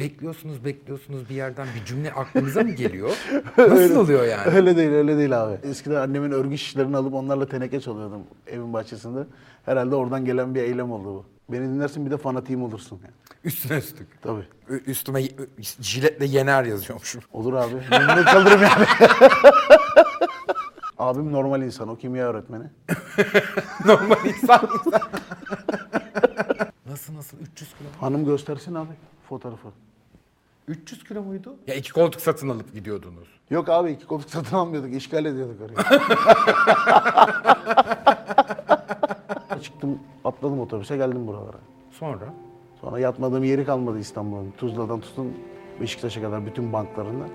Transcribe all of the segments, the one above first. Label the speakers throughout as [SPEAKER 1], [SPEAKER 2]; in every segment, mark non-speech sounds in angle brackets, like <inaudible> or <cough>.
[SPEAKER 1] bekliyorsunuz bekliyorsunuz bir yerden bir cümle aklınıza mı <laughs> geliyor? Nasıl oluyor yani?
[SPEAKER 2] Öyle değil, öyle değil abi. Eskiden annemin örgü şişlerini alıp onlarla teneke çalıyordum evin bahçesinde. Herhalde oradan gelen bir eylem oldu bu. Beni dinlersin bir de fanatiğim olursun. Yani.
[SPEAKER 1] Üstüne üstlük.
[SPEAKER 2] Tabii.
[SPEAKER 1] Ü- Üstüme y- jiletle yener yazıyormuşum.
[SPEAKER 2] Olur abi. Memnun kalırım yani. <laughs> Abim normal insan, o kimya öğretmeni.
[SPEAKER 1] <laughs> Normal <laughs> insan. nasıl nasıl 300 kilo?
[SPEAKER 2] Hanım göstersin abi fotoğrafı.
[SPEAKER 1] 300 kilo muydu? Ya iki koltuk satın alıp gidiyordunuz.
[SPEAKER 2] Yok abi iki koltuk satın almıyorduk, işgal ediyorduk orayı. <laughs> Çıktım, atladım otobüse, geldim buralara.
[SPEAKER 1] Sonra?
[SPEAKER 2] Sonra yatmadığım yeri kalmadı İstanbul'un. Tuzla'dan tutun Beşiktaş'a kadar bütün banklarında.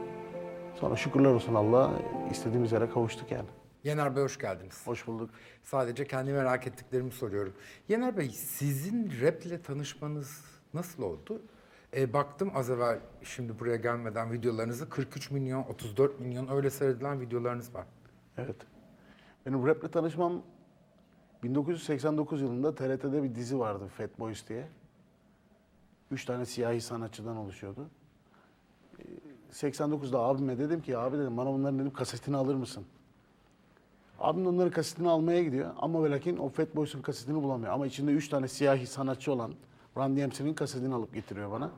[SPEAKER 2] Sonra şükürler olsun Allah'a istediğimiz yere kavuştuk yani.
[SPEAKER 1] Yener Bey hoş geldiniz.
[SPEAKER 2] Hoş bulduk.
[SPEAKER 1] Sadece kendi merak ettiklerimi soruyorum. Yener Bey sizin raple tanışmanız nasıl oldu? E, baktım az evvel şimdi buraya gelmeden videolarınızı 43 milyon, 34 milyon öyle seyredilen videolarınız var.
[SPEAKER 2] Evet. Benim rap'le tanışmam 1989 yılında TRT'de bir dizi vardı Fat Boys diye. Üç tane siyahi sanatçıdan oluşuyordu. Ee, 89'da abime dedim ki abi dedim bana bunların dedim kasetini alır mısın? Abim de onların kasetini almaya gidiyor ama ve lakin o Fat Boys'un kasetini bulamıyor. Ama içinde üç tane siyahi sanatçı olan Run DMC'nin kasetini alıp getiriyor bana.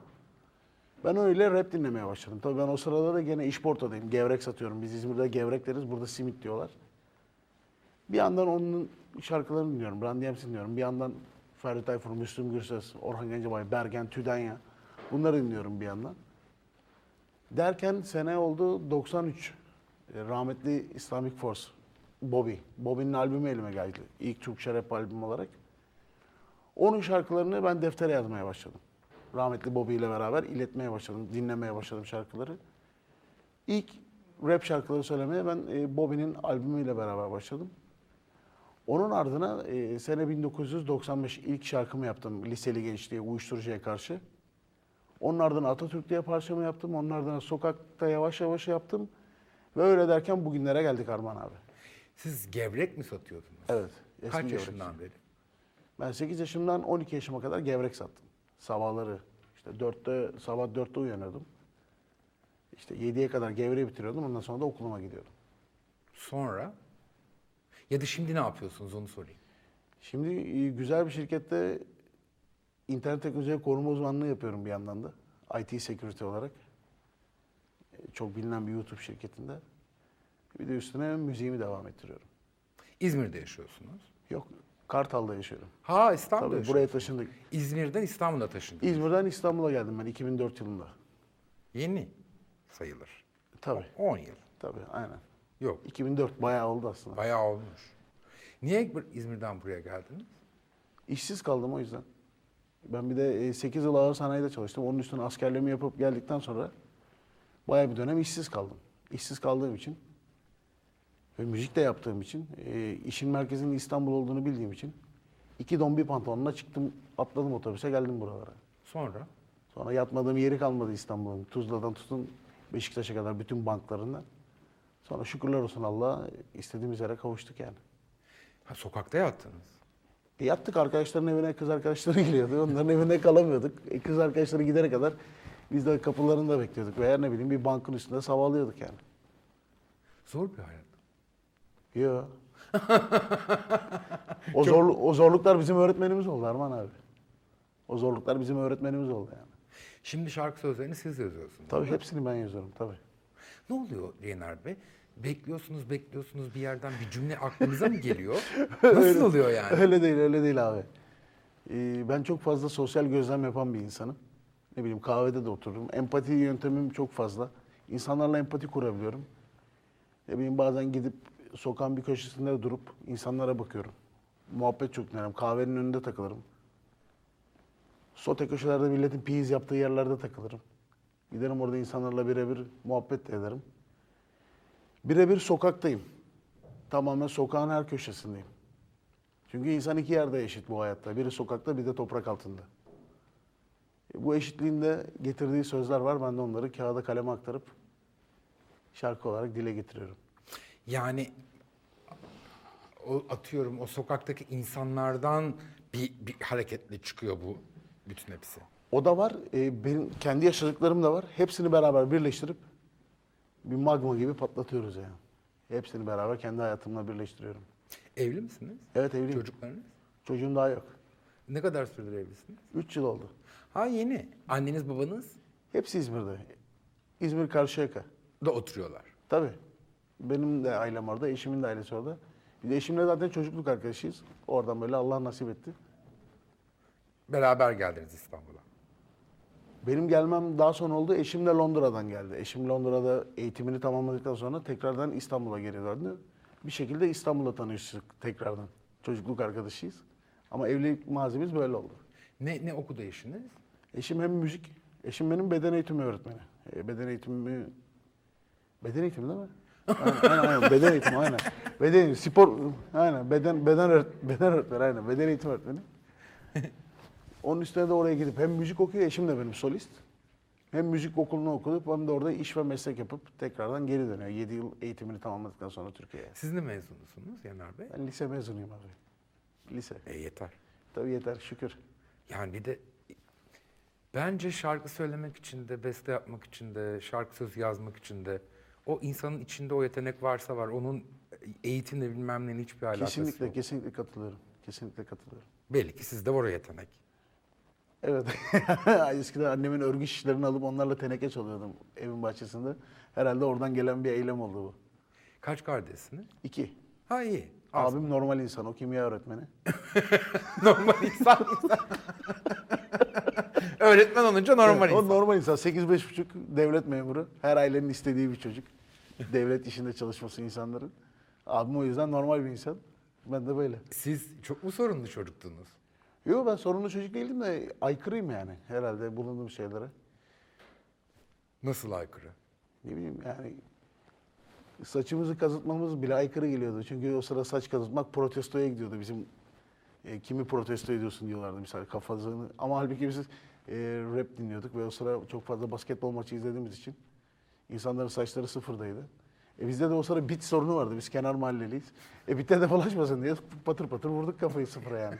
[SPEAKER 2] Ben öyle rap dinlemeye başladım. Tabii ben o sırada da gene işportadayım. Gevrek satıyorum. Biz İzmir'de gevrek deriz. Burada simit diyorlar. Bir yandan onun şarkılarını dinliyorum. Brandy James'i dinliyorum. Bir yandan Ferdi Tayfur, Müslüm Gürses, Orhan Gencebay, Bergen, Tüdenya. Bunları dinliyorum bir yandan. Derken sene oldu 93. E, Rahmetli Islamic Force. Bobby. Bobby'nin albümü elime geldi. İlk Türkçe rap albüm olarak. Onun şarkılarını ben deftere yazmaya başladım. Rahmetli Bobby ile beraber iletmeye başladım, dinlemeye başladım şarkıları. İlk rap şarkıları söylemeye ben e, Bobby'nin albümüyle beraber başladım. Onun ardına e, sene 1995 ilk şarkımı yaptım liseli gençliğe, uyuşturucuya karşı. Onun ardına Atatürk diye parçamı yaptım, onun ardına Sokak'ta yavaş yavaş yaptım. Ve öyle derken bugünlere geldik Arman abi.
[SPEAKER 1] Siz gevrek mi satıyordunuz?
[SPEAKER 2] Evet.
[SPEAKER 1] Kaç
[SPEAKER 2] Eski Gevrek.
[SPEAKER 1] yaşından beri?
[SPEAKER 2] Ben 8 yaşımdan 12 yaşıma kadar gevrek sattım. Sabahları işte 4'te sabah 4'te uyanıyordum. İşte 7'ye kadar gevreği bitiriyordum. Ondan sonra da okuluma gidiyordum.
[SPEAKER 1] Sonra? Ya da şimdi ne yapıyorsunuz onu sorayım.
[SPEAKER 2] Şimdi e, güzel bir şirkette internet teknolojiye koruma uzmanlığı yapıyorum bir yandan da. IT security olarak. E, Çok bilinen bir YouTube şirketinde. Bir de üstüne müziğimi devam ettiriyorum.
[SPEAKER 1] İzmir'de yaşıyorsunuz.
[SPEAKER 2] Yok, Kartal'da yaşıyorum.
[SPEAKER 1] Ha İstanbul'da
[SPEAKER 2] Tabii
[SPEAKER 1] yaşıyorsunuz.
[SPEAKER 2] buraya taşındık.
[SPEAKER 1] İzmir'den İstanbul'a taşındınız.
[SPEAKER 2] İzmir'den İstanbul'a geldim ben 2004 yılında.
[SPEAKER 1] Yeni sayılır.
[SPEAKER 2] Tabii,
[SPEAKER 1] 10 yıl.
[SPEAKER 2] tabii aynen.
[SPEAKER 1] Yok
[SPEAKER 2] 2004 bayağı oldu aslında.
[SPEAKER 1] bayağı olmuş. Niye İzmir'den buraya geldiniz?
[SPEAKER 2] İşsiz kaldım o yüzden. Ben bir de 8 yıl ağır sanayide çalıştım. Onun üstüne askerliğimi yapıp geldikten sonra bayağı bir dönem işsiz kaldım. İşsiz kaldığım için ve müzik de yaptığım için, e, işin merkezinin İstanbul olduğunu bildiğim için iki dombi pantolonla çıktım, atladım otobüse geldim buralara.
[SPEAKER 1] Sonra?
[SPEAKER 2] Sonra yatmadığım yeri kalmadı İstanbul'un. Tuzla'dan tutun Beşiktaş'a kadar bütün banklarından. Sonra şükürler olsun Allah'a istediğimiz yere kavuştuk yani.
[SPEAKER 1] Ha, sokakta yattınız.
[SPEAKER 2] E yattık arkadaşların evine kız arkadaşları <laughs> geliyordu. Onların evine kalamıyorduk. E kız arkadaşları gidene kadar biz de kapılarında bekliyorduk. Veya ne bileyim bir bankın üstünde savalıyorduk yani.
[SPEAKER 1] Zor bir hayat.
[SPEAKER 2] Yo. o, zorlu- o zorluklar bizim öğretmenimiz oldu Arman abi. O zorluklar bizim öğretmenimiz oldu yani.
[SPEAKER 1] Şimdi şarkı sözlerini siz yazıyorsunuz.
[SPEAKER 2] Tabii hepsini ben yazıyorum tabii.
[SPEAKER 1] Ne oluyor Yener Bey? Bekliyorsunuz, bekliyorsunuz bir yerden bir cümle aklınıza mı
[SPEAKER 2] <laughs>
[SPEAKER 1] geliyor? Nasıl oluyor yani?
[SPEAKER 2] Öyle değil, öyle değil abi. Ee, ben çok fazla sosyal gözlem yapan bir insanım. Ne bileyim kahvede de otururum. Empati yöntemim çok fazla. İnsanlarla empati kurabiliyorum. Ne bileyim bazen gidip sokağın bir köşesinde durup insanlara bakıyorum. Muhabbet çok dinlerim. Kahvenin önünde takılırım. Sote köşelerde milletin piyiz yaptığı yerlerde takılırım. Giderim orada insanlarla birebir muhabbet de ederim. Birebir sokaktayım. Tamamen sokağın her köşesindeyim. Çünkü insan iki yerde eşit bu hayatta. Biri sokakta, bir de toprak altında. E, Bu eşitliğin de getirdiği sözler var. Ben de onları kağıda kaleme aktarıp şarkı olarak dile getiriyorum.
[SPEAKER 1] Yani o atıyorum o sokaktaki insanlardan bir, bir hareketle çıkıyor bu bütün hepsi.
[SPEAKER 2] O da var. E, benim kendi yaşadıklarım da var. Hepsini beraber birleştirip bir magma gibi patlatıyoruz yani. Hepsini beraber kendi hayatımla birleştiriyorum.
[SPEAKER 1] Evli misiniz?
[SPEAKER 2] Evet evliyim.
[SPEAKER 1] Çocuklarınız?
[SPEAKER 2] Çocuğum daha yok.
[SPEAKER 1] Ne kadar süredir evlisiniz?
[SPEAKER 2] 3 yıl oldu.
[SPEAKER 1] Ha yeni. Anneniz babanız
[SPEAKER 2] Hepsi İzmir'de. İzmir Karşıyaka.
[SPEAKER 1] da oturuyorlar.
[SPEAKER 2] Tabii. Benim de ailem orada, eşimin de ailesi orada. Bir de eşimle zaten çocukluk arkadaşıyız. Oradan böyle Allah nasip etti.
[SPEAKER 1] Beraber geldiniz İstanbul'a.
[SPEAKER 2] Benim gelmem daha sonra oldu. Eşim de Londra'dan geldi. Eşim Londra'da eğitimini tamamladıktan sonra tekrardan İstanbul'a geri döndü. Bir şekilde İstanbul'da tanıştık tekrardan. Çocukluk arkadaşıyız. Ama evlilik mazimiz böyle oldu.
[SPEAKER 1] Ne, ne okudu eşiniz?
[SPEAKER 2] Eşim hem müzik, eşim benim beden eğitimi öğretmeni. E, beden eğitimi... Beden eğitimi değil mi? aynen, aynen, aynen. beden eğitimi aynen. Beden eğitimi, spor, aynen beden beden öğret, beden öğretmeni aynen. Beden eğitimi öğretmeni. Onun üstüne de oraya gidip hem müzik okuyor, eşim de benim solist. Hem müzik okulunu okuyup hem de orada iş ve meslek yapıp tekrardan geri dönüyor. 7 yıl eğitimini tamamladıktan sonra Türkiye'ye.
[SPEAKER 1] Siz de mezunusunuz Yener Bey.
[SPEAKER 2] Ben lise mezunuyum abi. Lise.
[SPEAKER 1] E yeter.
[SPEAKER 2] Tabii yeter şükür.
[SPEAKER 1] Yani bir de bence şarkı söylemek için de, beste yapmak için de, şarkı sözü yazmak için de o insanın içinde o yetenek varsa var. Onun eğitimle bilmem neyle hiçbir alakası
[SPEAKER 2] Kesinlikle,
[SPEAKER 1] yok.
[SPEAKER 2] kesinlikle katılıyorum. Kesinlikle katılıyorum.
[SPEAKER 1] Belli ki sizde var o yetenek.
[SPEAKER 2] Evet. <laughs> Eskiden annemin örgü şişlerini alıp onlarla teneke çalıyordum evin bahçesinde. Herhalde oradan gelen bir eylem oldu bu.
[SPEAKER 1] Kaç kardeşsiniz?
[SPEAKER 2] İki.
[SPEAKER 1] Ha iyi. <laughs> Az.
[SPEAKER 2] Abim normal insan, o kimya öğretmeni.
[SPEAKER 1] normal insan. <laughs> Öğretmen olunca normal
[SPEAKER 2] Evet,
[SPEAKER 1] insan.
[SPEAKER 2] <laughs> O normal insan. 8-5,5 devlet memuru. Her ailenin istediği bir çocuk. devlet işinde çalışması insanların. Abim o yüzden normal bir insan. Ben de böyle.
[SPEAKER 1] Siz çok mu sorunlu çocuktunuz?
[SPEAKER 2] Yok ben sorunlu çocuk değildim de aykırıyım yani herhalde bulunduğum şeylere.
[SPEAKER 1] Nasıl aykırı?
[SPEAKER 2] Ne bileyim yani saçımızı kazıtmamız bile aykırı geliyordu. Çünkü o sıra saç kazıtmak protestoya gidiyordu. Bizim e, kimi protesto ediyorsun diyorlardı mesela kafasını. Ama halbuki biz e, rap dinliyorduk ve o sıra çok fazla basketbol maçı izlediğimiz için insanların saçları sıfırdaydı. E bizde de o sıra bit sorunu vardı. Biz kenar mahalleliyiz. E bitte de bulaşmasın diye patır patır vurduk kafayı sıfıra yani.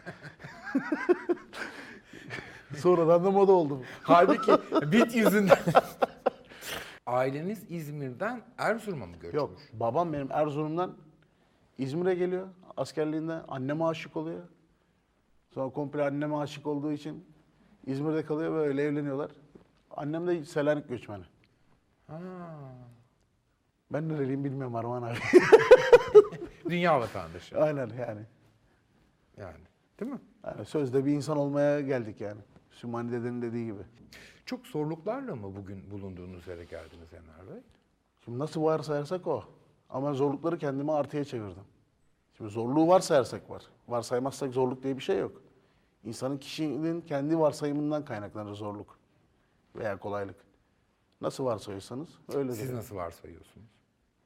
[SPEAKER 2] <laughs> Sonradan da moda oldu. bu.
[SPEAKER 1] Halbuki <laughs> bit yüzünden. <laughs> Aileniz İzmir'den Erzurum'a mı göçmüş?
[SPEAKER 2] Yok. Babam benim Erzurum'dan İzmir'e geliyor askerliğinde. Anneme aşık oluyor. Sonra komple anneme aşık olduğu için İzmir'de kalıyor ve öyle evleniyorlar. Annem de Selanik göçmeni.
[SPEAKER 1] Ha.
[SPEAKER 2] Ben nereliyim bilmiyorum Arman abi. <laughs>
[SPEAKER 1] Dünya vatandaşı.
[SPEAKER 2] Aynen yani.
[SPEAKER 1] Yani. Değil mi?
[SPEAKER 2] yani. Sözde bir insan olmaya geldik yani. Sümani dedenin dediği gibi.
[SPEAKER 1] Çok zorluklarla mı bugün bulunduğunuz yere geldiniz Enver Bey?
[SPEAKER 2] Şimdi nasıl var sayarsak o. Ama zorlukları kendime artıya çevirdim. Şimdi zorluğu varsayarsak var. Varsaymazsak zorluk diye bir şey yok. İnsanın kişinin kendi varsayımından kaynaklanır zorluk veya kolaylık. Nasıl varsayıyorsanız öyle
[SPEAKER 1] Siz
[SPEAKER 2] de.
[SPEAKER 1] nasıl varsayıyorsunuz?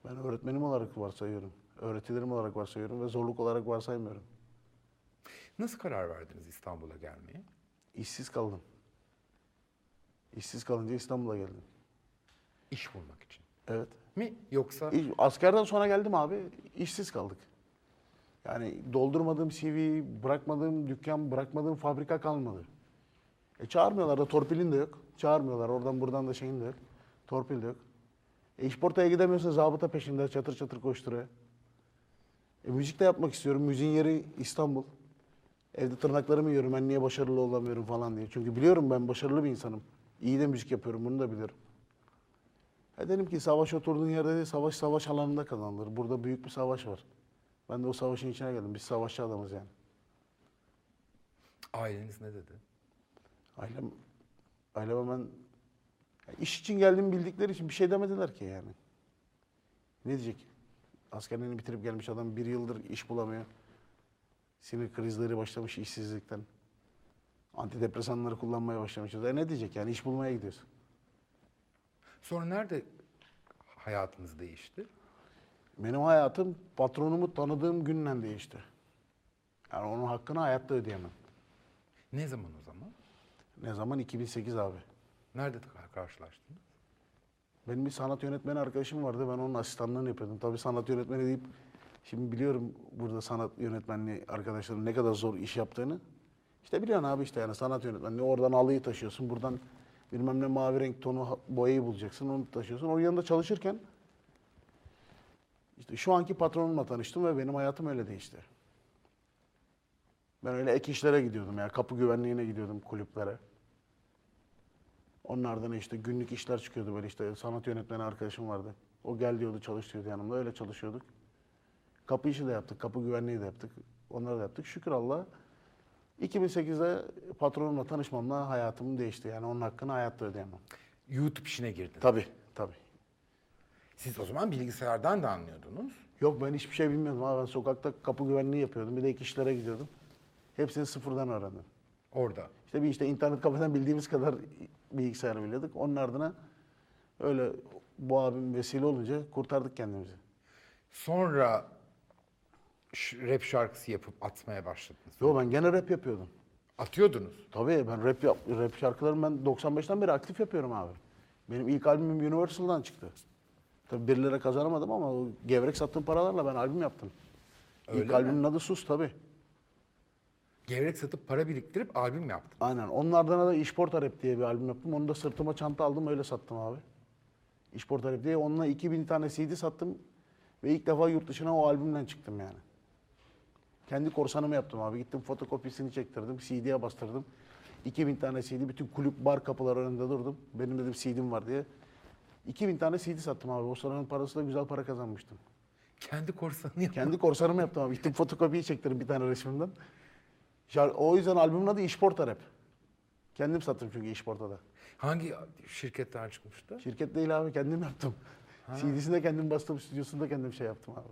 [SPEAKER 2] Ben öğretmenim olarak varsayıyorum. Öğretilerim olarak varsayıyorum ve zorluk olarak varsaymıyorum.
[SPEAKER 1] Nasıl karar verdiniz İstanbul'a gelmeye?
[SPEAKER 2] İşsiz kaldım. İşsiz kalınca İstanbul'a geldim.
[SPEAKER 1] İş bulmak için.
[SPEAKER 2] Evet.
[SPEAKER 1] Mi? Yoksa
[SPEAKER 2] İş- Askerden sonra geldim abi, işsiz kaldık. Yani doldurmadığım CV, bırakmadığım dükkan, bırakmadığım fabrika kalmadı. E çağırmıyorlar da torpilin de yok. Çağırmıyorlar oradan buradan da şeyin de yok. Torpil de yok. E işportaya gidemiyorsun zabıta peşinde çatır çatır koşturuyor. E müzik de yapmak istiyorum. Müziğin yeri İstanbul. Evde tırnaklarımı yiyorum ben niye başarılı olamıyorum falan diye. Çünkü biliyorum ben başarılı bir insanım. İyi de müzik yapıyorum bunu da biliyorum. E dedim ki savaş oturduğun yerde değil, savaş savaş alanında kazanılır. Burada büyük bir savaş var. Ben de o savaşın içine geldim. Biz savaşçı adamız yani.
[SPEAKER 1] aileniz ne dedi?
[SPEAKER 2] Ailem, ailem hemen Ya iş için geldiğimi bildikleri için bir şey demediler ki yani. Ne diyecek? Askerliğini bitirip gelmiş adam bir yıldır iş bulamıyor. Sinir krizleri başlamış işsizlikten. Antidepresanları kullanmaya başlamışız. E ne diyecek yani iş bulmaya gidiyorsun.
[SPEAKER 1] Sonra nerede hayatınız değişti?
[SPEAKER 2] Benim hayatım patronumu tanıdığım günden değişti. Yani onun hakkını hayatta ödeyemem.
[SPEAKER 1] Ne zaman o zaman?
[SPEAKER 2] Ne zaman? 2008 abi.
[SPEAKER 1] Nerede kar- karşılaştınız?
[SPEAKER 2] Benim bir sanat yönetmeni arkadaşım vardı. Ben onun asistanlığını yapıyordum. Tabii sanat yönetmeni deyip şimdi biliyorum burada sanat yönetmenliği arkadaşların ne kadar zor iş yaptığını. İşte biliyorsun abi işte yani sanat yönetmenliği oradan alıyı taşıyorsun. Buradan bilmem ne mavi renk tonu ha- boyayı bulacaksın onu taşıyorsun. Onun yanında çalışırken işte şu anki patronumla tanıştım ve benim hayatım öyle değişti. Ben öyle ek işlere gidiyordum ya. Kapı güvenliğine gidiyordum kulüplere. Onlardan işte günlük işler çıkıyordu böyle işte sanat yönetmeni arkadaşım vardı. O gel diyordu çalış diyordu yanımda öyle çalışıyorduk. Kapı işi de yaptık, kapı güvenliği de yaptık. Onları da yaptık. Şükür Allah'a 2008'de patronumla tanışmamla hayatım değişti. Yani onun hakkını hayatta ödeyemem.
[SPEAKER 1] YouTube işine girdin.
[SPEAKER 2] Tabii, tabii.
[SPEAKER 1] Siz o zaman bilgisayardan da anlıyordunuz.
[SPEAKER 2] Yok ben hiçbir şey bilmiyordum abi. Ben sokakta kapı güvenliği yapıyordum. Bir de ek işlere gidiyordum. Hepsini sıfırdan öğrendim.
[SPEAKER 1] Orada.
[SPEAKER 2] İşte bir işte internet kafeden bildiğimiz kadar bilgisayarı biliyorduk. Onun ardına öyle bu abim vesile olunca kurtardık kendimizi.
[SPEAKER 1] Sonra ş- rap şarkısı yapıp atmaya başladınız.
[SPEAKER 2] Yo ben gene rap yapıyordum.
[SPEAKER 1] Atıyordunuz.
[SPEAKER 2] Tabii ben rap yap, rap şarkılarımı ben 95'ten beri aktif yapıyorum abi. Benim ilk albümüm Universal'dan çıktı. Tabii birilere kazanamadım ama o gevrek sattığım paralarla ben albüm yaptım. ilk
[SPEAKER 1] Öyle
[SPEAKER 2] albümün adı Sus tabii.
[SPEAKER 1] Gevrek satıp para biriktirip albüm yaptın.
[SPEAKER 2] Aynen. Onlardan da İşporta Rap diye bir albüm yaptım. Onu da sırtıma çanta aldım öyle sattım abi. İşporta Rap diye. Onunla 2000 tane CD sattım. Ve ilk defa yurt dışına o albümden çıktım yani. Kendi korsanımı yaptım abi. Gittim fotokopisini çektirdim. CD'ye bastırdım. 2000 tane CD. Bütün kulüp bar kapıları önünde durdum. Benim dedim CD'm var diye. 2000 tane CD sattım abi. O sıranın parasıyla güzel para kazanmıştım.
[SPEAKER 1] Kendi korsanını yaptın.
[SPEAKER 2] Kendi korsanımı yaptım abi. Gittim fotokopiyi çektirdim bir tane resmimden. Şar- O yüzden albümün adı İşporta Rap. Kendim sattım çünkü İşporta'da.
[SPEAKER 1] Hangi şirketten çıkmıştı?
[SPEAKER 2] Şirket değil abi kendim yaptım. CD'sini de kendim bastım, stüdyosunu da kendim şey yaptım abi.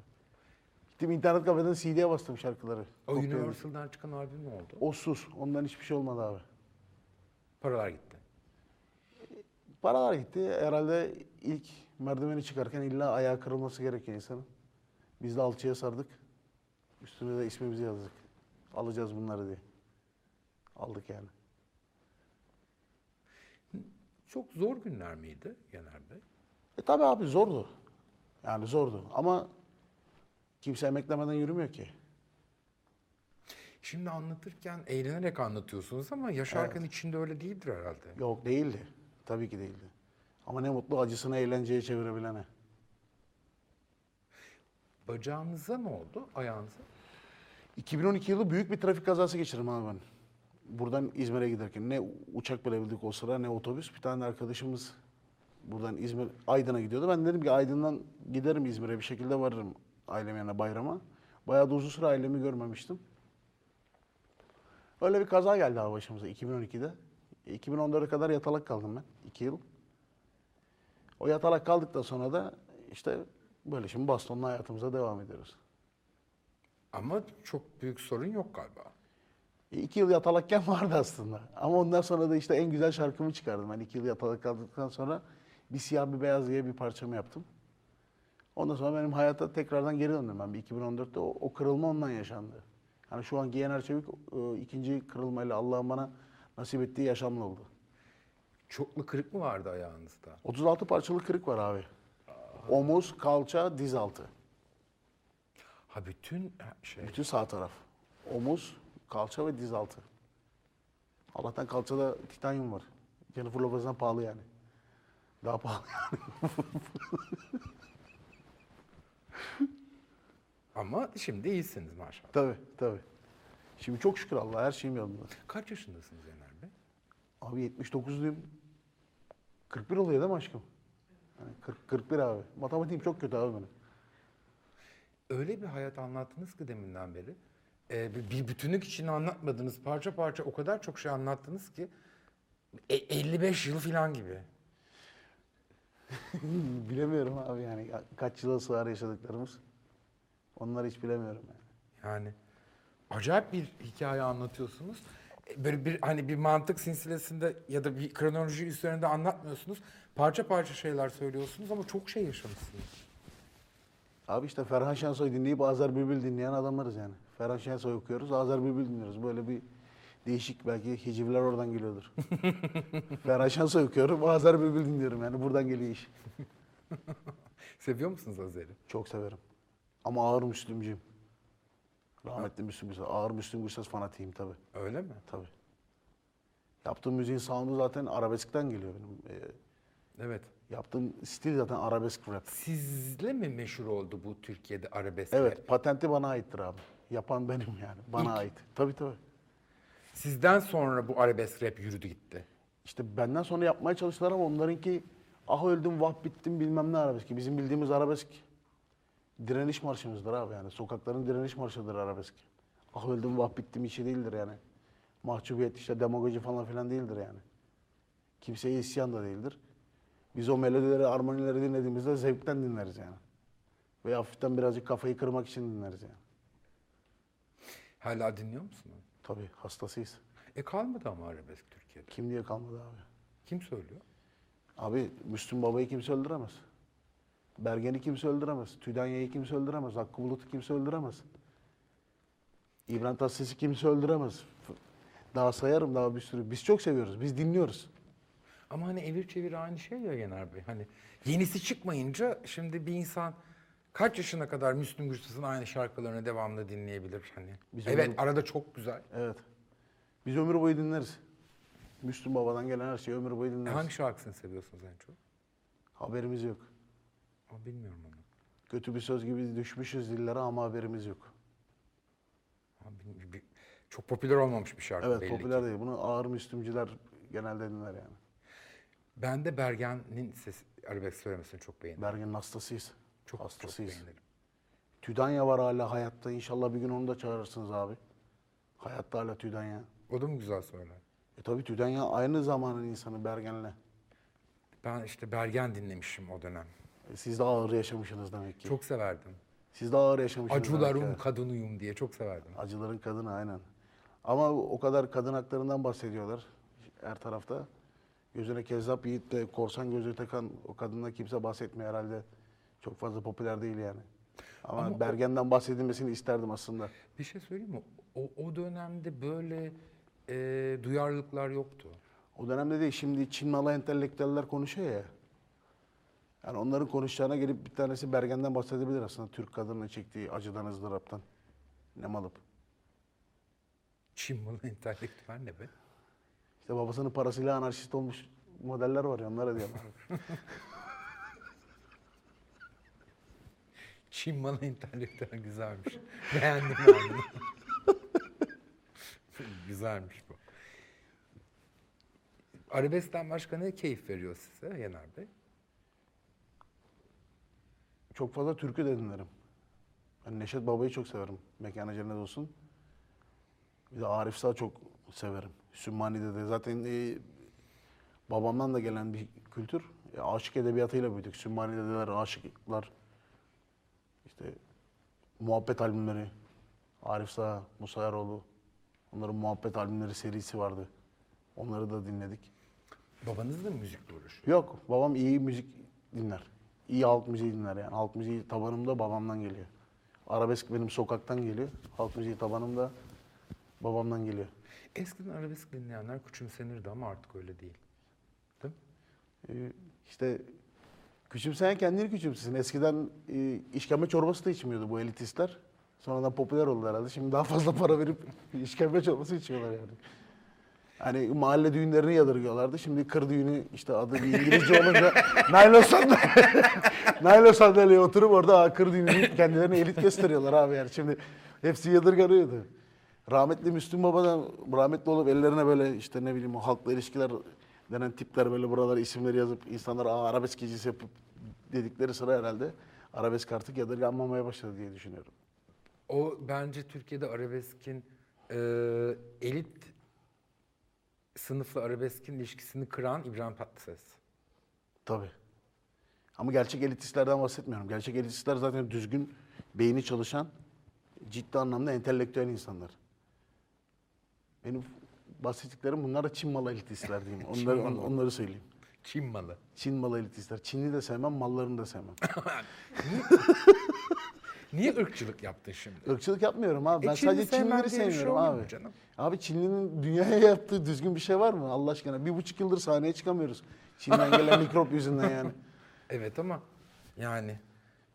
[SPEAKER 2] Gittim internet kafeden CD'ye bastım şarkıları.
[SPEAKER 1] O
[SPEAKER 2] Kopyaladım.
[SPEAKER 1] Universal'dan çıkan albüm ne oldu?
[SPEAKER 2] O sus. Ondan hiçbir şey olmadı abi.
[SPEAKER 1] Paralar gitti.
[SPEAKER 2] Paralar gitti. Herhalde ilk merdiveni çıkarken illa ayağı kırılması gerekiyor insanın. Biz de alçıya sardık. Üstüne de ismimizi yazdık. Alacağız bunları diye. Aldık yani.
[SPEAKER 1] Çok zor günler miydi Yener Bey?
[SPEAKER 2] E tabi abi zordu. Yani zordu ama kimse emeklemeden yürümüyor ki.
[SPEAKER 1] Şimdi anlatırken eğlenerek anlatıyorsunuz ama ya şarkının içinde öyle değildir herhalde.
[SPEAKER 2] Yok değildi. Tabii ki değildi. Ama ne mutlu acısını eğlenceye çevirebilene.
[SPEAKER 1] Bacağınıza ne oldu? Ayağınıza?
[SPEAKER 2] 2012 yılı büyük bir trafik kazası geçirdim abi ben. Buradan İzmir'e giderken ne uçak bilebildik o sıra ne otobüs. Bir tane arkadaşımız buradan İzmir, Aydın'a gidiyordu. Ben dedim ki Aydın'dan giderim İzmir'e bir şekilde varırım ailem yanına bayrama. Bayağı da uzun süre ailemi görmemiştim. Öyle bir kaza geldi abi başımıza 2012'de. 2014'e kadar yatalak kaldım ben 2 yıl. O yatalak kaldıktan sonra da işte böyle şimdi bastonla hayatımıza devam ediyoruz.
[SPEAKER 1] Ama çok büyük sorun yok galiba.
[SPEAKER 2] E, İki yıl yatalakken <laughs> vardı aslında. Ama ondan sonra da işte en güzel şarkımı çıkardım. Hani iki yıl yatalak kaldıktan sonra bir siyah bir beyaz diye bir parçamı yaptım. Ondan sonra benim hayata tekrardan geri döndüm ben. Bir 2014'te o, o kırılma ondan yaşandı. Hani şu anki Yener Çevik e, ikinci kırılmayla Allah'ın bana nasip ettiği yaşamla oldu.
[SPEAKER 1] Çoklu kırık mı vardı ayağınızda?
[SPEAKER 2] 36 parçalı kırık var abi. Omuz, kalça, diz altı.
[SPEAKER 1] Ha bütün ha- şey.
[SPEAKER 2] Bütün sağ taraf. Omuz, kalça ve diz altı. Allah'tan kalçada titanyum var. Jennifer Lopez'den pahalı yani. Daha pahalı <laughs> yani.
[SPEAKER 1] Ama şimdi iyisiniz maşallah.
[SPEAKER 2] tabii tabii. Şimdi çok şükür Allah'a her şeyim yanımda.
[SPEAKER 1] Kaç yaşındasınız Yener Bey?
[SPEAKER 2] Abi 79'luyum. 41 oluyor değil mi aşkım? Yani 40, 41 abi. Matematiğim çok kötü abi benim. <laughs>
[SPEAKER 1] Öyle bir hayat anlattınız ki deminden beri. Ee, bir- bir bütünlük içinde anlatmadınız. Parça parça o kadar çok şey anlattınız ki. E, 55 yıl falan gibi.
[SPEAKER 2] bilemiyorum abi yani kaç yıla sığar yaşadıklarımız. Onları hiç bilemiyorum yani.
[SPEAKER 1] Yani acayip bir hikaye anlatıyorsunuz. E, Böyle bir hani bir mantık silsilesinde ya da bir kronoloji üzerinde anlatmıyorsunuz. Parça parça şeyler söylüyorsunuz ama çok şey yaşamışsınız.
[SPEAKER 2] Abi işte Ferhan Şensoy dinleyip Azer Bülbül dinleyen adamlarız yani. Ferhan Şensoy okuyoruz, Azer Bülbül dinliyoruz. Böyle bir değişik belki hicivler oradan geliyordur. Ferhan Şensoy okuyorum, Azer Bülbül dinliyorum yani buradan geliyor iş.
[SPEAKER 1] Seviyor musunuz Azer'i?
[SPEAKER 2] Çok severim. Ama ağır Müslümcüyüm. Rahmetli Müslüm Gürses. Ağır Müslüm Gürses fanatiyim tabii.
[SPEAKER 1] Öyle mi?
[SPEAKER 2] Tabii. Yaptığım müziğin sound'u zaten arabeskten geliyor benim. Ee,
[SPEAKER 1] Evet.
[SPEAKER 2] yaptığım stil zaten arabesk rap.
[SPEAKER 1] Sizle mi meşhur oldu bu Türkiye'de arabesk?
[SPEAKER 2] Evet, patenti bana aittir abi. Yapan benim yani. Bana ait. Tabii tabii.
[SPEAKER 1] Sizden sonra bu arabesk rap yürüdü gitti.
[SPEAKER 2] İşte benden sonra yapmaya çalıştılar ama onlarınki ah öldüm vah bittim bilmem ne arabeski. Bizim bildiğimiz arabesk direniş marşımızdır abi yani. Sokakların direniş marşıdır arabesk. Ah öldüm vah bittim işi değildir yani. Mahcubiyet işte demagoji falan filan değildir yani. Kimseye isyan da değildir. Biz o melodileri, armonileri dinlediğimizde zevkten dinleriz yani. Ve hafiften birazcık kafayı kırmak için dinleriz yani.
[SPEAKER 1] Hala dinliyor musun? onu?
[SPEAKER 2] Tabii hastasıyız.
[SPEAKER 1] E kalmadı ama arabesk Türkiye'de.
[SPEAKER 2] Kim diye kalmadı abi.
[SPEAKER 1] Kim söylüyor?
[SPEAKER 2] Abi Müslüm Baba'yı kimse öldüremez. Bergen'i kimse öldüremez. Tüdanya'yı kimse öldüremez. Hakkı Bulut'u kimse öldüremez. İbrahim Tatlıses'i kimse öldüremez. F- Daha sayarım daha bir sürü. Biz çok seviyoruz. Biz dinliyoruz.
[SPEAKER 1] Ama hani evir çevir aynı şey ya Yener Bey. Hani yenisi çıkmayınca şimdi bir insan kaç yaşına kadar Müslüm Gürses'in aynı şarkılarını devamlı dinleyebilir hani.
[SPEAKER 2] Biz
[SPEAKER 1] evet
[SPEAKER 2] onu-
[SPEAKER 1] arada çok güzel.
[SPEAKER 2] Evet. Biz ömür boyu dinleriz. Müslüm Baba'dan gelen her şeyi ömür boyu dinleriz.
[SPEAKER 1] Hangi şarkısını seviyorsunuz en çok?
[SPEAKER 2] Haberimiz yok.
[SPEAKER 1] Aa, bilmiyorum onu.
[SPEAKER 2] Kötü bir söz gibi düşmüşüz dillere ama haberimiz yok.
[SPEAKER 1] Aa, bil- bil- çok popüler olmamış bir şarkı
[SPEAKER 2] Evet
[SPEAKER 1] belli ki.
[SPEAKER 2] popüler değil. Bunu ağır Müslümcüler genelde dinler yani.
[SPEAKER 1] Ben de Bergen'in ses, arabesk söylemesini çok beğendim.
[SPEAKER 2] Bergen'in hastasıyız.
[SPEAKER 1] Çok
[SPEAKER 2] hastasıyız.
[SPEAKER 1] çok beğenirim.
[SPEAKER 2] Tüdanya var hala hayatta. İnşallah bir gün onu da çağırırsınız abi. Hayatta hala Tüdanya.
[SPEAKER 1] O da mı güzel söyler?
[SPEAKER 2] E tabii Tüdanya aynı zamanın insanı Bergen'le.
[SPEAKER 1] Ben işte Bergen dinlemişim o dönem.
[SPEAKER 2] E siz de ağır yaşamışsınız demek ki.
[SPEAKER 1] Çok severdim.
[SPEAKER 2] Siz de ağır yaşamışsınız. demek
[SPEAKER 1] Acularım
[SPEAKER 2] ki.
[SPEAKER 1] kadınuyum diye çok severdim.
[SPEAKER 2] Acıların kadını aynen. Ama o kadar kadın haklarından bahsediyorlar her tarafta. Gözüne kezzap yiğit de korsan gözü takan o kadından kimse bahsetmiyor herhalde. Çok fazla popüler değil yani. Ama, Bergen'den bahsedilmesini isterdim aslında.
[SPEAKER 1] Bir şey söyleyeyim mi? O, o dönemde böyle e, duyarlılıklar yoktu.
[SPEAKER 2] O dönemde de şimdi Çin malı entelektüeller konuşuyor ya. Yani onların konuşacağına gelip bir tanesi Bergen'den bahsedebilir aslında. Türk kadının çektiği acıdan ızdıraptan. Ne malıp.
[SPEAKER 1] Çin malı <laughs> entelektüel ne be?
[SPEAKER 2] İşte babasının parasıyla anarşist olmuş modeller var ya onlara diyorlar.
[SPEAKER 1] Çin malı entelektüel güzelmiş. Beğendim ben bunu. <laughs> güzelmiş bu. Arabeskten başka ne keyif veriyor size Yener Bey?
[SPEAKER 2] çok fazla türkü de dinlerim. Ben Neşet Baba'yı çok severim. Mekanı cennet olsun. Bir de Arif Sağ'ı çok severim. Sümmani'de de zaten e, babamdan da gelen bir kültür. E, aşık edebiyatıyla büyüdük. Sümmani dedeler, aşıklar. İşte muhabbet albümleri. Arif Sağ, Musa Eroğlu. Onların muhabbet albümleri serisi vardı. Onları da dinledik.
[SPEAKER 1] Babanız da mı müzikle uğraşıyor?
[SPEAKER 2] Yok, babam iyi müzik dinler. İyi halk müziği dinler yani. Halk müziği tabanımda babamdan geliyor. Arabesk benim sokaktan geliyor. Halk müziği tabanımda babamdan geliyor.
[SPEAKER 1] Eskiden arabesk dinleyenler küçümsenirdi ama artık öyle değil. Değil mi?
[SPEAKER 2] Ee, işte küçümseyen kendini küçümsesin. Eskiden e, işkembe çorbası da içmiyordu bu elitistler. Sonradan popüler oldu herhalde. Şimdi daha fazla para verip <laughs> işkembe çorbası içiyorlar yani. Hani mahalle düğünlerini yadırgıyorlardı. Şimdi kır düğünü işte adı bir İngilizce olunca <laughs> naylon sandalye, <laughs> naylon sandalyeye oturup orada "Aa, kır düğünü deyip kendilerini elit gösteriyorlar abi yani. Şimdi hepsi yadırganıyordu. Rahmetli Müslüm Baba'dan rahmetli olup ellerine böyle işte ne bileyim o halkla ilişkiler denen tipler böyle buralara isimleri yazıp insanlar Aa, arabesk gecesi yapıp dedikleri sıra herhalde arabesk artık yadırganmamaya başladı diye düşünüyorum.
[SPEAKER 1] O bence Türkiye'de arabeskin e, elit sınıfla arabeskin ilişkisini kıran İbrahim Tatlıses.
[SPEAKER 2] Tabii. Ama gerçek elitistlerden bahsetmiyorum. Gerçek elitistler zaten düzgün, beyni çalışan, ciddi anlamda entelektüel insanlar. Benim bahsettiklerim bunlar da Çin malı
[SPEAKER 1] <laughs>
[SPEAKER 2] elitistler diyeyim. Onları, on- onları söyleyeyim.
[SPEAKER 1] Çin malı.
[SPEAKER 2] Çin malı elitistler. Çin'i de sevmem, mallarını
[SPEAKER 1] <laughs>
[SPEAKER 2] da sevmem.
[SPEAKER 1] Niye ırkçılık yaptın şimdi?
[SPEAKER 2] Irkçılık yapmıyorum abi.
[SPEAKER 1] E,
[SPEAKER 2] Ben
[SPEAKER 1] Çin'i
[SPEAKER 2] sadece
[SPEAKER 1] sevmem
[SPEAKER 2] Çinlileri
[SPEAKER 1] diye bir şey
[SPEAKER 2] sevmiyorum
[SPEAKER 1] olmuyor mu
[SPEAKER 2] abi.
[SPEAKER 1] canım?
[SPEAKER 2] Abi Çinli'nin dünyaya <laughs> yaptığı düzgün bir şey var mı Allah aşkına? Bir buçuk yıldır sahneye çıkamıyoruz.
[SPEAKER 1] <laughs>
[SPEAKER 2] Çin'den gelen mikrop yüzünden yani.
[SPEAKER 1] Evet ama yani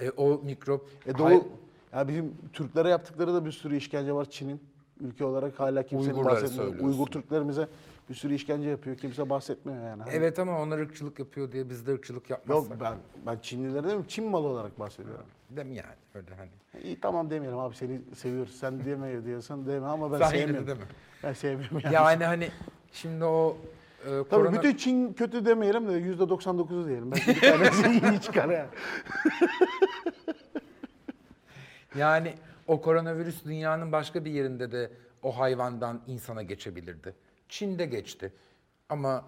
[SPEAKER 1] e, o mikrop
[SPEAKER 2] E
[SPEAKER 1] Hayır,
[SPEAKER 2] Doğu, Ya bizim Türklere yaptıkları da bir sürü işkence var Çin'in. Ülke olarak hala kimsenin
[SPEAKER 3] Uygurlara
[SPEAKER 2] bahsetmiyor.
[SPEAKER 3] söylüyorsun.
[SPEAKER 2] Uygur Türklerimize bir sürü işkence yapıyor. Kimse bahsetmiyor yani. Hani-
[SPEAKER 1] Evet ama onlar ırkçılık yapıyor diye biz de ırkçılık
[SPEAKER 2] Yok
[SPEAKER 1] yapmazsak.
[SPEAKER 2] ben ben Çinlilere demiyorum. Çin malı olarak bahsediyorum.
[SPEAKER 1] Değil mi yani öyle hani.
[SPEAKER 2] İyi tamam demeyelim abi seni seviyoruz. Sen deme <laughs> diyorsan deme ama ben
[SPEAKER 1] Sen yine de
[SPEAKER 2] sevmiyorum.
[SPEAKER 1] deme.
[SPEAKER 2] Ben sevmiyorum yani.
[SPEAKER 1] Yani hani şimdi o e,
[SPEAKER 2] Tabii
[SPEAKER 1] korona...
[SPEAKER 2] bütün Çin kötü demeyelim de yüzde 99'u diyelim. Belki bir tanesi <laughs> iyi çıkar ya.
[SPEAKER 1] Yani o koronavirüs dünyanın başka bir yerinde de o hayvandan insana geçebilirdi. Çin'de geçti. Ama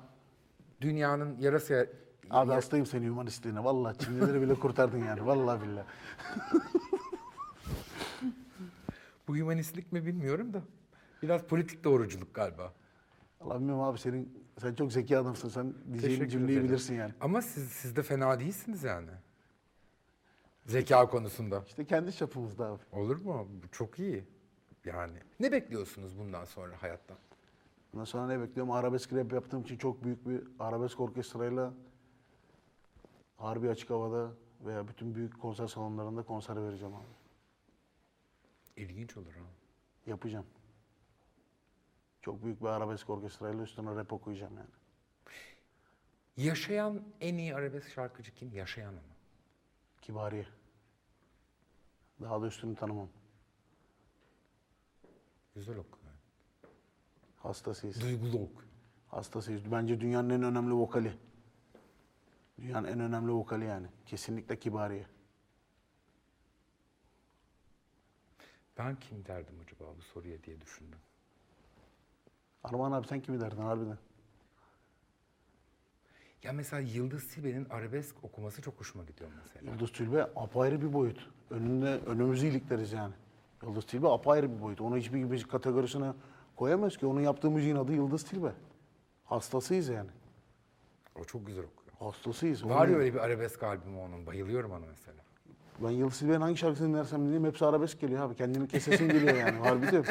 [SPEAKER 1] dünyanın yarası yer-
[SPEAKER 2] Abi hastayım senin humanistliğine. Vallahi Çinlileri bile kurtardın yani. Vallahi billahi.
[SPEAKER 1] bu humanistlik mi bilmiyorum da biraz politik doğruculuk galiba.
[SPEAKER 2] Allah bilmiyorum abi senin sen çok zeki adamsın. Sen diyeceğin
[SPEAKER 1] Teşekkür
[SPEAKER 2] cümleyi
[SPEAKER 1] ederim.
[SPEAKER 2] bilirsin yani.
[SPEAKER 1] Ama siz siz de fena değilsiniz yani. Zeka konusunda.
[SPEAKER 2] İşte kendi çapımızda abi.
[SPEAKER 1] Olur mu? Bu Çok iyi. Yani ne bekliyorsunuz bundan sonra hayattan?
[SPEAKER 2] Ondan sonra ne bekliyorum? Arabesk rap yaptığım için çok büyük bir arabesk orkestrayla harbi açık havada veya bütün büyük konser salonlarında konser vereceğim abi.
[SPEAKER 1] İlginç olur ha.
[SPEAKER 2] Yapacağım. Çok büyük bir arabesk orkestrayla üstüne rap okuyacağım yani.
[SPEAKER 1] Yaşayan en iyi arabesk şarkıcı kim? Yaşayan ama.
[SPEAKER 2] Kibariye. Daha da üstünü tanımam.
[SPEAKER 1] Güzel okuyor.
[SPEAKER 2] Hastasıyız.
[SPEAKER 1] Duygulu okuyor.
[SPEAKER 2] Hastasıyız. Bence dünyanın en önemli vokali. Dünyanın en önemli vokali yani. Kesinlikle Kibariye.
[SPEAKER 1] Ben kim derdim acaba bu soruya diye düşündüm.
[SPEAKER 2] Armağan abi sen kimi derdin harbiden?
[SPEAKER 1] Ya mesela Yıldız Silbe'nin arabesk okuması çok hoşuma gidiyor mesela.
[SPEAKER 2] Yıldız Tilbe apayrı bir boyut. Önünde önümüzü ilikleriz yani. Yıldız Tilbe apayrı bir boyut. Onu hiçbir bir kategorisine koyamaz ki. Onun yaptığı müziğin adı Yıldız Tilbe. Hastasıyız yani.
[SPEAKER 1] O çok güzel okuyor.
[SPEAKER 2] Hastasıyız.
[SPEAKER 1] Var
[SPEAKER 2] Onun-
[SPEAKER 1] ya öyle bir arabesk albümü onun. Bayılıyorum ona mesela.
[SPEAKER 2] Ben Yıldız Tilbe'nin hangi şarkısını dinlersem dinleyeyim hepsi arabesk geliyor abi. Kendini kesesin geliyor yani. Harbi de.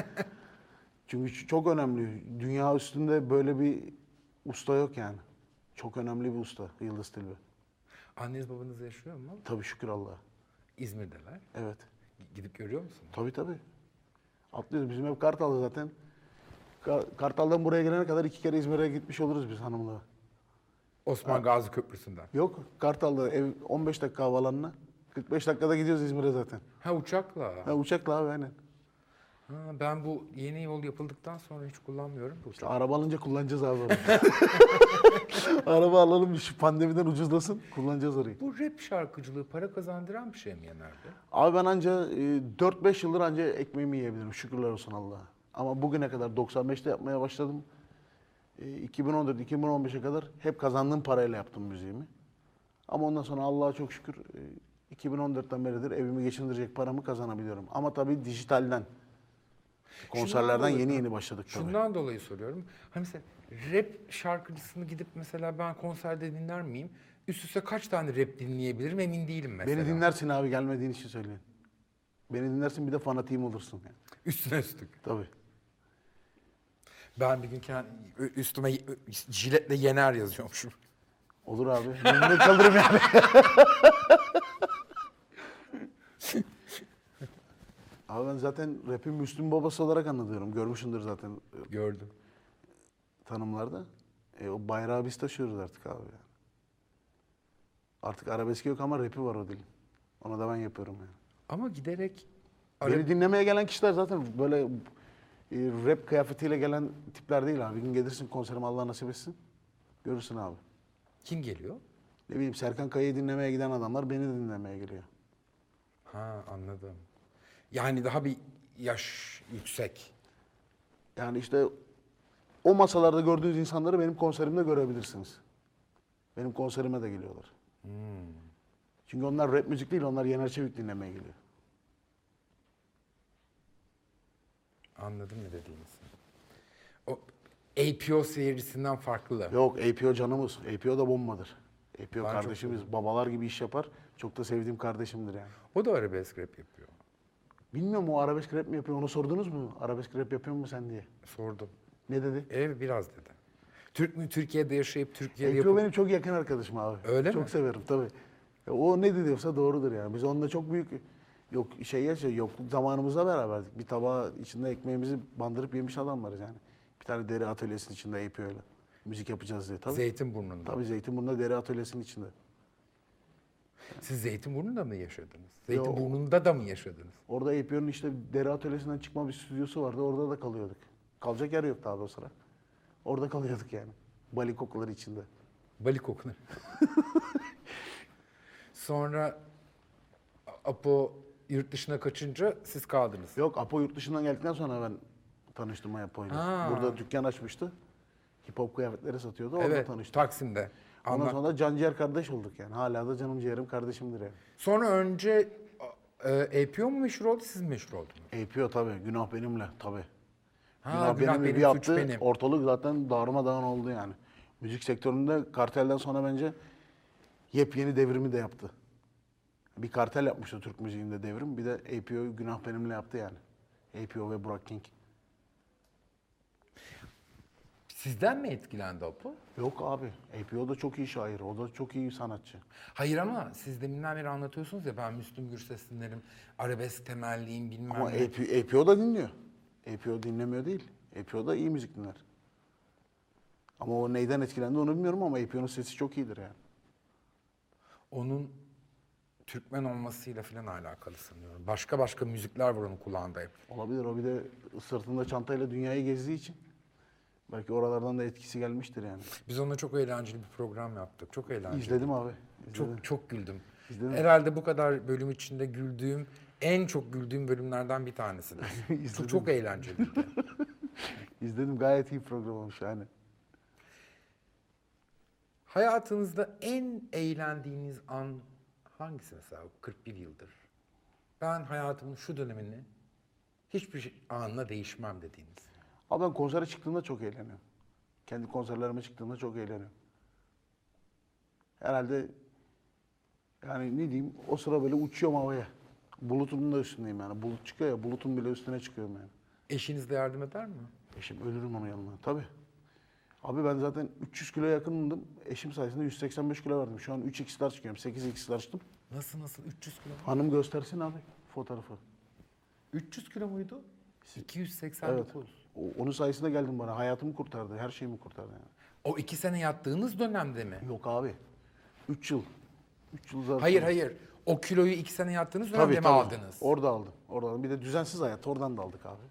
[SPEAKER 2] Çünkü ç- çok önemli. Dünya üstünde böyle bir usta yok yani. Çok önemli bir usta Yıldız Tilbe.
[SPEAKER 1] Anneniz babanız yaşıyor mu?
[SPEAKER 2] Tabii şükür Allah'a.
[SPEAKER 1] İzmir'deler.
[SPEAKER 2] Evet.
[SPEAKER 1] Gidip görüyor musun?
[SPEAKER 2] Tabii tabii. Atlıyoruz. Bizim ev Kartal'da zaten. Ka- Kartal'dan buraya gelene kadar iki kere İzmir'e gitmiş oluruz biz hanımla.
[SPEAKER 1] Osman Gazi Köprüsü'nden.
[SPEAKER 2] Yok Kartal'da ev 15 dakika havalanına. 45 dakikada gidiyoruz İzmir'e zaten.
[SPEAKER 1] Ha uçakla.
[SPEAKER 2] Ha, uçakla abi aynen.
[SPEAKER 1] Ha, ben bu yeni yol yapıldıktan sonra hiç kullanmıyorum bu
[SPEAKER 2] İşte
[SPEAKER 1] uçağı.
[SPEAKER 2] araba alınca kullanacağız abi. orayı. araba alalım şu pandemiden ucuzlasın. Kullanacağız orayı.
[SPEAKER 1] Bu rap şarkıcılığı para kazandıran bir şey mi Yener'de?
[SPEAKER 2] Abi ben anca e, 4-5 yıldır anca ekmeğimi yiyebilirim. Şükürler olsun Allah'a. Ama bugüne kadar 95'te yapmaya başladım. E, 2014-2015'e kadar hep kazandığım parayla yaptım müziğimi. Ama ondan sonra Allah'a çok şükür e, 2014'ten beridir evimi geçindirecek paramı kazanabiliyorum. Ama tabii dijitalden. Konserlerden
[SPEAKER 1] dolayı-
[SPEAKER 2] yeni yeni başladık tabii.
[SPEAKER 1] Şundan dolayı soruyorum. Hani mesela rap şarkıcısını gidip mesela ben konserde dinler miyim? Üst üste kaç tane rap dinleyebilirim emin değilim mesela.
[SPEAKER 2] Beni dinlersin abi gelmediğin için söylüyorum. Beni dinlersin bir de fanatiğim olursun yani.
[SPEAKER 1] Üstüne üstlük.
[SPEAKER 2] Tabii.
[SPEAKER 1] Ben bir gün kendi ü- üstüme y- ü- jiletle yener
[SPEAKER 2] <laughs>
[SPEAKER 1] yazıyormuşum.
[SPEAKER 2] Olur abi. Memnun kalırım yani. <laughs> abi ben zaten rap'i Müslüm babası olarak anlatıyorum. Görmüşsündür zaten e,
[SPEAKER 1] Gördüm.
[SPEAKER 2] tanımlarda. E, o bayrağı biz taşıyoruz artık abi. Yani. Artık arabeski yok ama rap'i var o dilin. Ona da ben yapıyorum yani.
[SPEAKER 1] Ama giderek
[SPEAKER 2] Beni dinlemeye gelen kişiler zaten böyle e, rap kıyafetiyle gelen tipler değil abi. Bir gün gelirsin konserime Allah nasip etsin. Görürsün abi.
[SPEAKER 1] kim geliyor?
[SPEAKER 2] Ne bileyim Serkan Kaya'yı dinlemeye giden adamlar beni de dinlemeye geliyor.
[SPEAKER 1] Ha anladım. Yani daha bir yaş yüksek.
[SPEAKER 2] Yani işte o masalarda gördüğünüz insanları benim konserimde görebilirsiniz. Benim konserime de geliyorlar. Çünkü onlar rap müzik değil, onlar Yener Çevik dinlemeye geliyor.
[SPEAKER 1] Anladım ne dediğinizi. O APO seyircisinden farklı.
[SPEAKER 2] Yok, APO canımız. APO da bombadır. APO
[SPEAKER 1] çok
[SPEAKER 2] kardeşimiz, babalar gibi iş yapar. Çok da sevdiğim kardeşimdir yani.
[SPEAKER 1] O da arabesk rap yapıyor.
[SPEAKER 2] Bilmiyorum o arabesk rap mi yapıyor, onu sordunuz mu? Arabesk rap yapıyor mu sen diye.
[SPEAKER 1] Sordum.
[SPEAKER 2] Ne dedi?
[SPEAKER 1] Ev biraz dedi. Türk mü Türkiye'de yaşayıp Türkiye'de
[SPEAKER 2] APO
[SPEAKER 1] yapıp...
[SPEAKER 2] benim çok yakın arkadaşım abi.
[SPEAKER 1] Öyle
[SPEAKER 2] çok
[SPEAKER 1] mi?
[SPEAKER 2] severim tabii. Ya O ne diyorsa doğrudur yani. Biz onunla çok büyük Yok şey ya şey yokluk zamanımızda beraberdik. Bir tabağa içinde ekmeğimizi bandırıp yemiş adamlarız yani. Bir tane deri atölyesinin içinde AP öyle. Müzik yapacağız diye. Tabii,
[SPEAKER 1] Zeytinburnu'nda.
[SPEAKER 2] tabii Zeytinburnu'nda deri atölyesinin içinde.
[SPEAKER 1] Siz Zeytinburnu'nda mı yaşadınız? Zeytinburnu'nda da mı yaşadınız?
[SPEAKER 2] Orada APO'nun işte deri atölyesinden çıkma bir stüdyosu vardı. Orada da kalıyorduk. Kalacak yer yoktu abi o sıra. Orada kalıyorduk yani. Bali kokuları içinde.
[SPEAKER 1] Balik
[SPEAKER 2] <laughs>
[SPEAKER 1] okunur. Sonra Apo yurt dışına kaçınca siz kaldınız.
[SPEAKER 2] Yok Apo yurt dışından geldikten sonra ben tanıştım Apo'yla.
[SPEAKER 1] Ha.
[SPEAKER 2] Burada dükkan açmıştı. Hip hop kıyafetleri satıyordu. Orada
[SPEAKER 1] evet,
[SPEAKER 2] tanıştım.
[SPEAKER 1] Taksim'de. Anla-
[SPEAKER 2] Ondan sonra da can ciğer kardeş olduk yani. Hala da canım ciğerim kardeşimdir yani.
[SPEAKER 1] Sonra önce e, APO mu meşhur oldu, siz mi meşhur oldunuz?
[SPEAKER 2] Yapıyor tabii. Günah benimle tabii.
[SPEAKER 1] Ha,
[SPEAKER 2] günah,
[SPEAKER 1] günah
[SPEAKER 2] benimle
[SPEAKER 1] benim,
[SPEAKER 2] bir
[SPEAKER 1] suç
[SPEAKER 2] yaptı.
[SPEAKER 1] benim.
[SPEAKER 2] Ortalık zaten darmadağın oldu yani. Müzik sektöründe kartelden sonra bence yepyeni devrimi de yaptı. Bir kartel yapmıştı Türk müziğinde devrim. Bir de APO günah benimle yaptı yani. APO ve Burak King.
[SPEAKER 1] Sizden mi etkilendi Apo?
[SPEAKER 2] Yok abi. APO da çok iyi şair. O da çok iyi sanatçı.
[SPEAKER 1] Hayır ama siz deminden beri anlatıyorsunuz ya ben Müslüm Gürses dinlerim, arabesk temelliyim bilmem
[SPEAKER 2] Ama
[SPEAKER 1] ne.
[SPEAKER 2] APO, APO da dinliyor. APO dinlemiyor değil. APO da iyi müzik dinler. Ama o neyden etkilendi onu bilmiyorum ama APO'nun sesi çok iyidir yani.
[SPEAKER 1] Onun Türkmen olmasıyla falan alakalı sanıyorum. Başka başka müzikler var onun kulağında hep.
[SPEAKER 2] Olabilir. O bir de sırtında çantayla dünyayı gezdiği için. Belki oralardan da etkisi gelmiştir yani.
[SPEAKER 1] Biz onunla çok eğlenceli bir program yaptık. Çok eğlenceli.
[SPEAKER 2] İzledim abi. İzledim.
[SPEAKER 1] Çok çok güldüm.
[SPEAKER 2] İzledin mi?
[SPEAKER 1] Herhalde bu kadar bölüm içinde güldüğüm, en çok güldüğüm bölümlerden bir tanesidir. çok, çok eğlenceli.
[SPEAKER 2] İzledim. Gayet iyi program olmuş yani.
[SPEAKER 1] Hayatınızda en eğlendiğiniz an hangisi mesela bu 41 yıldır? Ben hayatımın şu dönemini hiçbir şey, anına değişmem dediğiniz.
[SPEAKER 2] Ama ben konsere çıktığımda çok eğleniyorum. Kendi konserlerime çıktığımda çok eğleniyorum. Herhalde yani ne diyeyim o sıra böyle uçuyorum havaya. Bulutumun da üstündeyim yani. Bulut çıkıyor ya bulutun bile üstüne çıkıyorum yani.
[SPEAKER 1] Eşiniz de yardım eder mi?
[SPEAKER 2] Eşim ölürüm onun yanına. Tabii. Abi ben zaten 300 kilo yakındım. Eşim sayesinde 185 kilo verdim. Şu an 3x'ler çıkıyorum. 8x'ler çıktım.
[SPEAKER 1] Nasıl nasıl 300 kilo? mu?
[SPEAKER 2] Hanım göstersin abi fotoğrafı.
[SPEAKER 1] 300 kilo muydu? 289.
[SPEAKER 2] Evet. O, onun sayesinde geldim bana. Hayatımı kurtardı. Her şeyimi kurtardı yani.
[SPEAKER 1] O iki sene yattığınız dönemde mi?
[SPEAKER 2] Yok abi. 3 yıl. 3 yıl zarfında.
[SPEAKER 1] Hayır hayır. O kiloyu iki sene yattığınız dönemde mi aldınız?
[SPEAKER 2] Orada aldım. Orada aldım. Bir de düzensiz hayat. Oradan da aldık abi.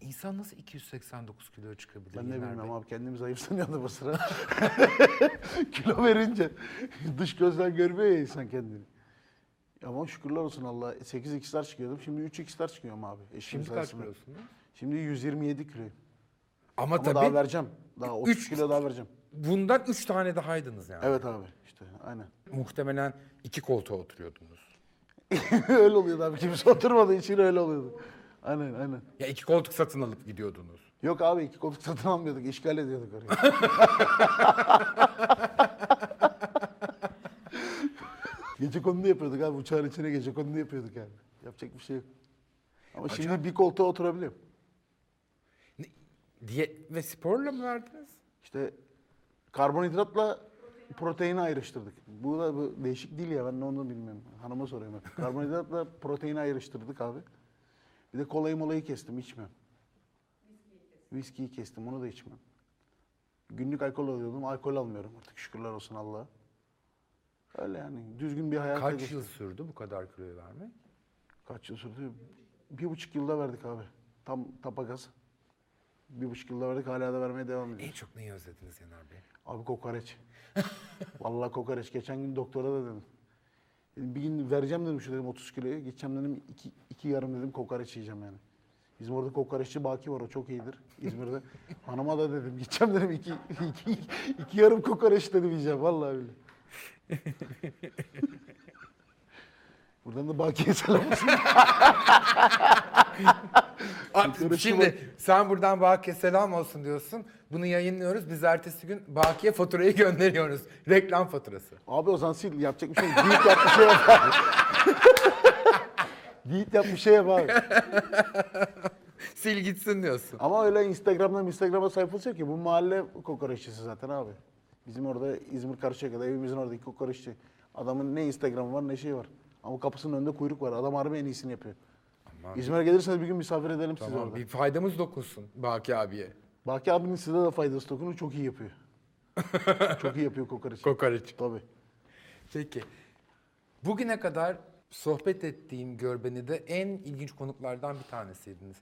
[SPEAKER 1] İnsan nasıl 289 kiloya çıkabilir?
[SPEAKER 2] Ben ne
[SPEAKER 1] Yener Bey?
[SPEAKER 2] bilmiyorum abi kendimi zayıf <laughs> sanıyordu bu sıra. Kilo verince <laughs> dış gözden görmüyor ya insan kendini. Ama şükürler olsun Allah 8 x'ler çıkıyordum. Şimdi 3 x'ler çıkıyorum abi. Eşim
[SPEAKER 1] Şimdi kaç
[SPEAKER 2] sayesinde.
[SPEAKER 1] kilosunuz?
[SPEAKER 2] Şimdi 127 kiloyum.
[SPEAKER 1] Ama,
[SPEAKER 2] Ama
[SPEAKER 1] tabii
[SPEAKER 2] daha vereceğim. Daha 30
[SPEAKER 1] Üç-
[SPEAKER 2] kilo daha vereceğim.
[SPEAKER 1] bundan üç tane dahaydınız yani.
[SPEAKER 2] Evet abi işte aynen. <laughs>
[SPEAKER 1] Muhtemelen iki koltuğa oturuyordunuz.
[SPEAKER 2] öyle oluyordu abi kimse oturmadığı için öyle oluyordu. Aynen aynen.
[SPEAKER 1] Ya iki koltuk satın alıp gidiyordunuz.
[SPEAKER 2] Yok abi iki koltuk satın almıyorduk. işgal ediyorduk orayı. gece konuda yapıyorduk abi. Uçağın içine gece konuda yapıyorduk yani. Yapacak bir şey yok. Ama şimdi bir koltuğa oturabiliyorum.
[SPEAKER 1] Ne, diyet ve sporla mı verdiniz?
[SPEAKER 2] İşte karbonhidratla proteini ayrıştırdık. Bu da bu değişik değil ya ben de onu bilmiyorum. Hanıma soruyorum hep. Karbonhidratla proteini ayrıştırdık abi. Bir de kolayı molayı kestim içmiyorum. Viskiyi kestim onu da içmiyorum. Günlük alkol alıyordum alkol almıyorum artık şükürler olsun Allah'a. Öyle yani düzgün bir hayat.
[SPEAKER 1] Kaç yıl sürdü bu kadar kiloyu vermek?
[SPEAKER 2] Kaç yıl sürdü? Bir buçuk yılda verdik abi. Tam tapagaz. Bir buçuk yılda verdik hala da vermeye devam ediyoruz.
[SPEAKER 1] En çok neyi özlediniz Yener Bey?
[SPEAKER 2] Abi kokoreç. <laughs> Vallahi kokoreç. Geçen gün doktora da dedim. Dedim, Bir gün vereceğim dedim şu dedim 30 kiloyu. Gideceğim dedim iki, iki yarım dedim kokoreç yiyeceğim yani. Bizim orada kokoreççi Baki var o çok iyidir İzmir'de. Hanıma da dedim gideceğim dedim iki, iki, iki yarım kokoreç dedim yiyeceğim vallahi billahi. Buradan da Baki'ye selam olsun.
[SPEAKER 1] Aa, Şimdi sen buradan Baki'ye selam olsun diyorsun. Bunu yayınlıyoruz. Biz ertesi gün Baki'ye faturayı <laughs> gönderiyoruz. Reklam faturası.
[SPEAKER 2] Abi o zaman sil yapacak bir şey yok. Yiğit yap bir şey yap abi. Yiğit yap bir şey yap abi.
[SPEAKER 1] Sil gitsin diyorsun.
[SPEAKER 2] Ama öyle Instagram'dan Instagram'a sayfası yok ki. Bu mahalle kokoreççisi zaten abi. Bizim orada İzmir Karşıyaka'da evimizin oradaki kokoreççi. Adamın ne Instagram'ı var ne şey var. Ama kapısının önünde kuyruk var. Adam harbi en iyisini yapıyor.
[SPEAKER 1] Aman.
[SPEAKER 2] İzmir'e gelirseniz bir gün misafir edelim sizi
[SPEAKER 1] Tamam
[SPEAKER 2] orada.
[SPEAKER 1] bir faydamız dokunsun Baki abiye.
[SPEAKER 2] Baki abinin size de faydası dokunur. Çok
[SPEAKER 1] <laughs>
[SPEAKER 2] iyi yapıyor. çok iyi yapıyor kokoreç.
[SPEAKER 1] Kokoreç.
[SPEAKER 2] Tabii.
[SPEAKER 1] Peki. Bugüne kadar sohbet ettiğim Görben'de de en ilginç konuklardan bir tanesiydiniz.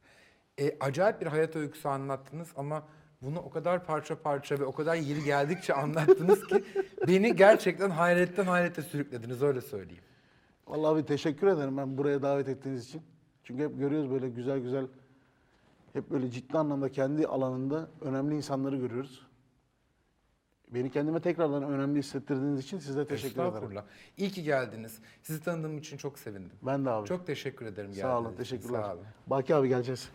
[SPEAKER 1] E, acayip bir hayat öyküsü anlattınız ama bunu o kadar parça parça ve o kadar yeri geldikçe anlattınız ki <laughs> beni gerçekten hayretten hayrete sürüklediniz öyle söyleyeyim.
[SPEAKER 2] Vallahi bir teşekkür ederim ben buraya davet ettiğiniz için. Çünkü hep görüyoruz böyle güzel güzel, hep böyle ciddi anlamda kendi alanında önemli insanları görüyoruz. Beni kendime tekrardan önemli hissettirdiğiniz için size teşekkür ederim.
[SPEAKER 1] Estağfurullah. İyi ki geldiniz. Sizi tanıdığım için çok sevindim.
[SPEAKER 2] Ben de abi.
[SPEAKER 1] Çok teşekkür ederim
[SPEAKER 2] sağ olun,
[SPEAKER 1] geldiğiniz için.
[SPEAKER 2] teşekkürler.
[SPEAKER 1] Sağ olun.
[SPEAKER 2] Baki abi geleceğiz.